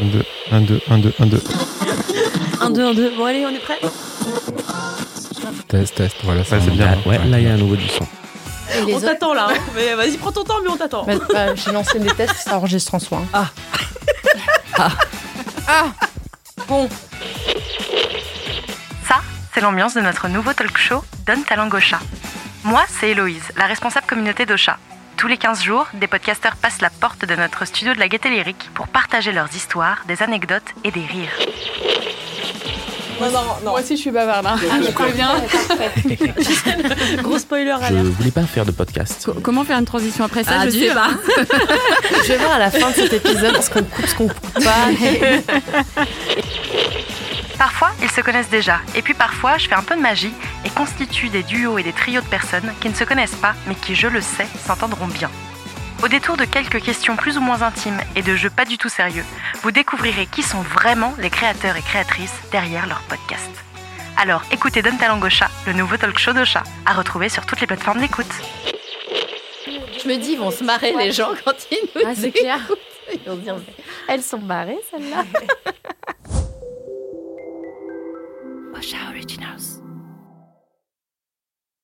1, 2, 1, 2, 1, 2, 1, 2. 1, 2, 1, 2. Bon, allez, on est prêts Test, test. Voilà, Ouais, c'est un- bien. Ouais, là, il y a un nouveau du son. Et les On autres t'attend là. hein. Mais vas-y, prends ton temps, mais on t'attend. Bah, bah, J'ai lancé des tests, ça enregistre en soi. hein. Ah. Ah Bon, Ça, c'est l'ambiance de notre nouveau talk show Donne ta langue au chat. Moi, c'est Héloïse, la responsable communauté d'Ocha. Tous les 15 jours, des podcasteurs passent la porte de notre studio de la Gaîté Lyrique pour partager leurs histoires, des anecdotes et des rires. Moi, moi aussi, je suis bavarde. hein. je préviens. Bah, Gros spoiler Je alerte. voulais pas faire de podcast. Co- Comment faire une transition après ça Ah, Je sais dur. pas. je vais voir à la fin de cet épisode ce qu'on coupe, ce qu'on coupe pas. Et- Parfois, ils se connaissent déjà, et puis parfois, je fais un peu de magie et constitue des duos et des trios de personnes qui ne se connaissent pas, mais qui, je le sais, s'entendront bien. Au détour de quelques questions plus ou moins intimes et de jeux pas du tout sérieux, vous découvrirez qui sont vraiment les créateurs et créatrices derrière leur podcast. Alors écoutez Donne ta langue au chat, le nouveau talk show de chat, à retrouver sur toutes les plateformes d'écoute. Je me dis, ils vont se marrer les gens quand ils nous Ah, c'est écoutent. clair. Ils vont se dire, mais elles sont marrées celles-là.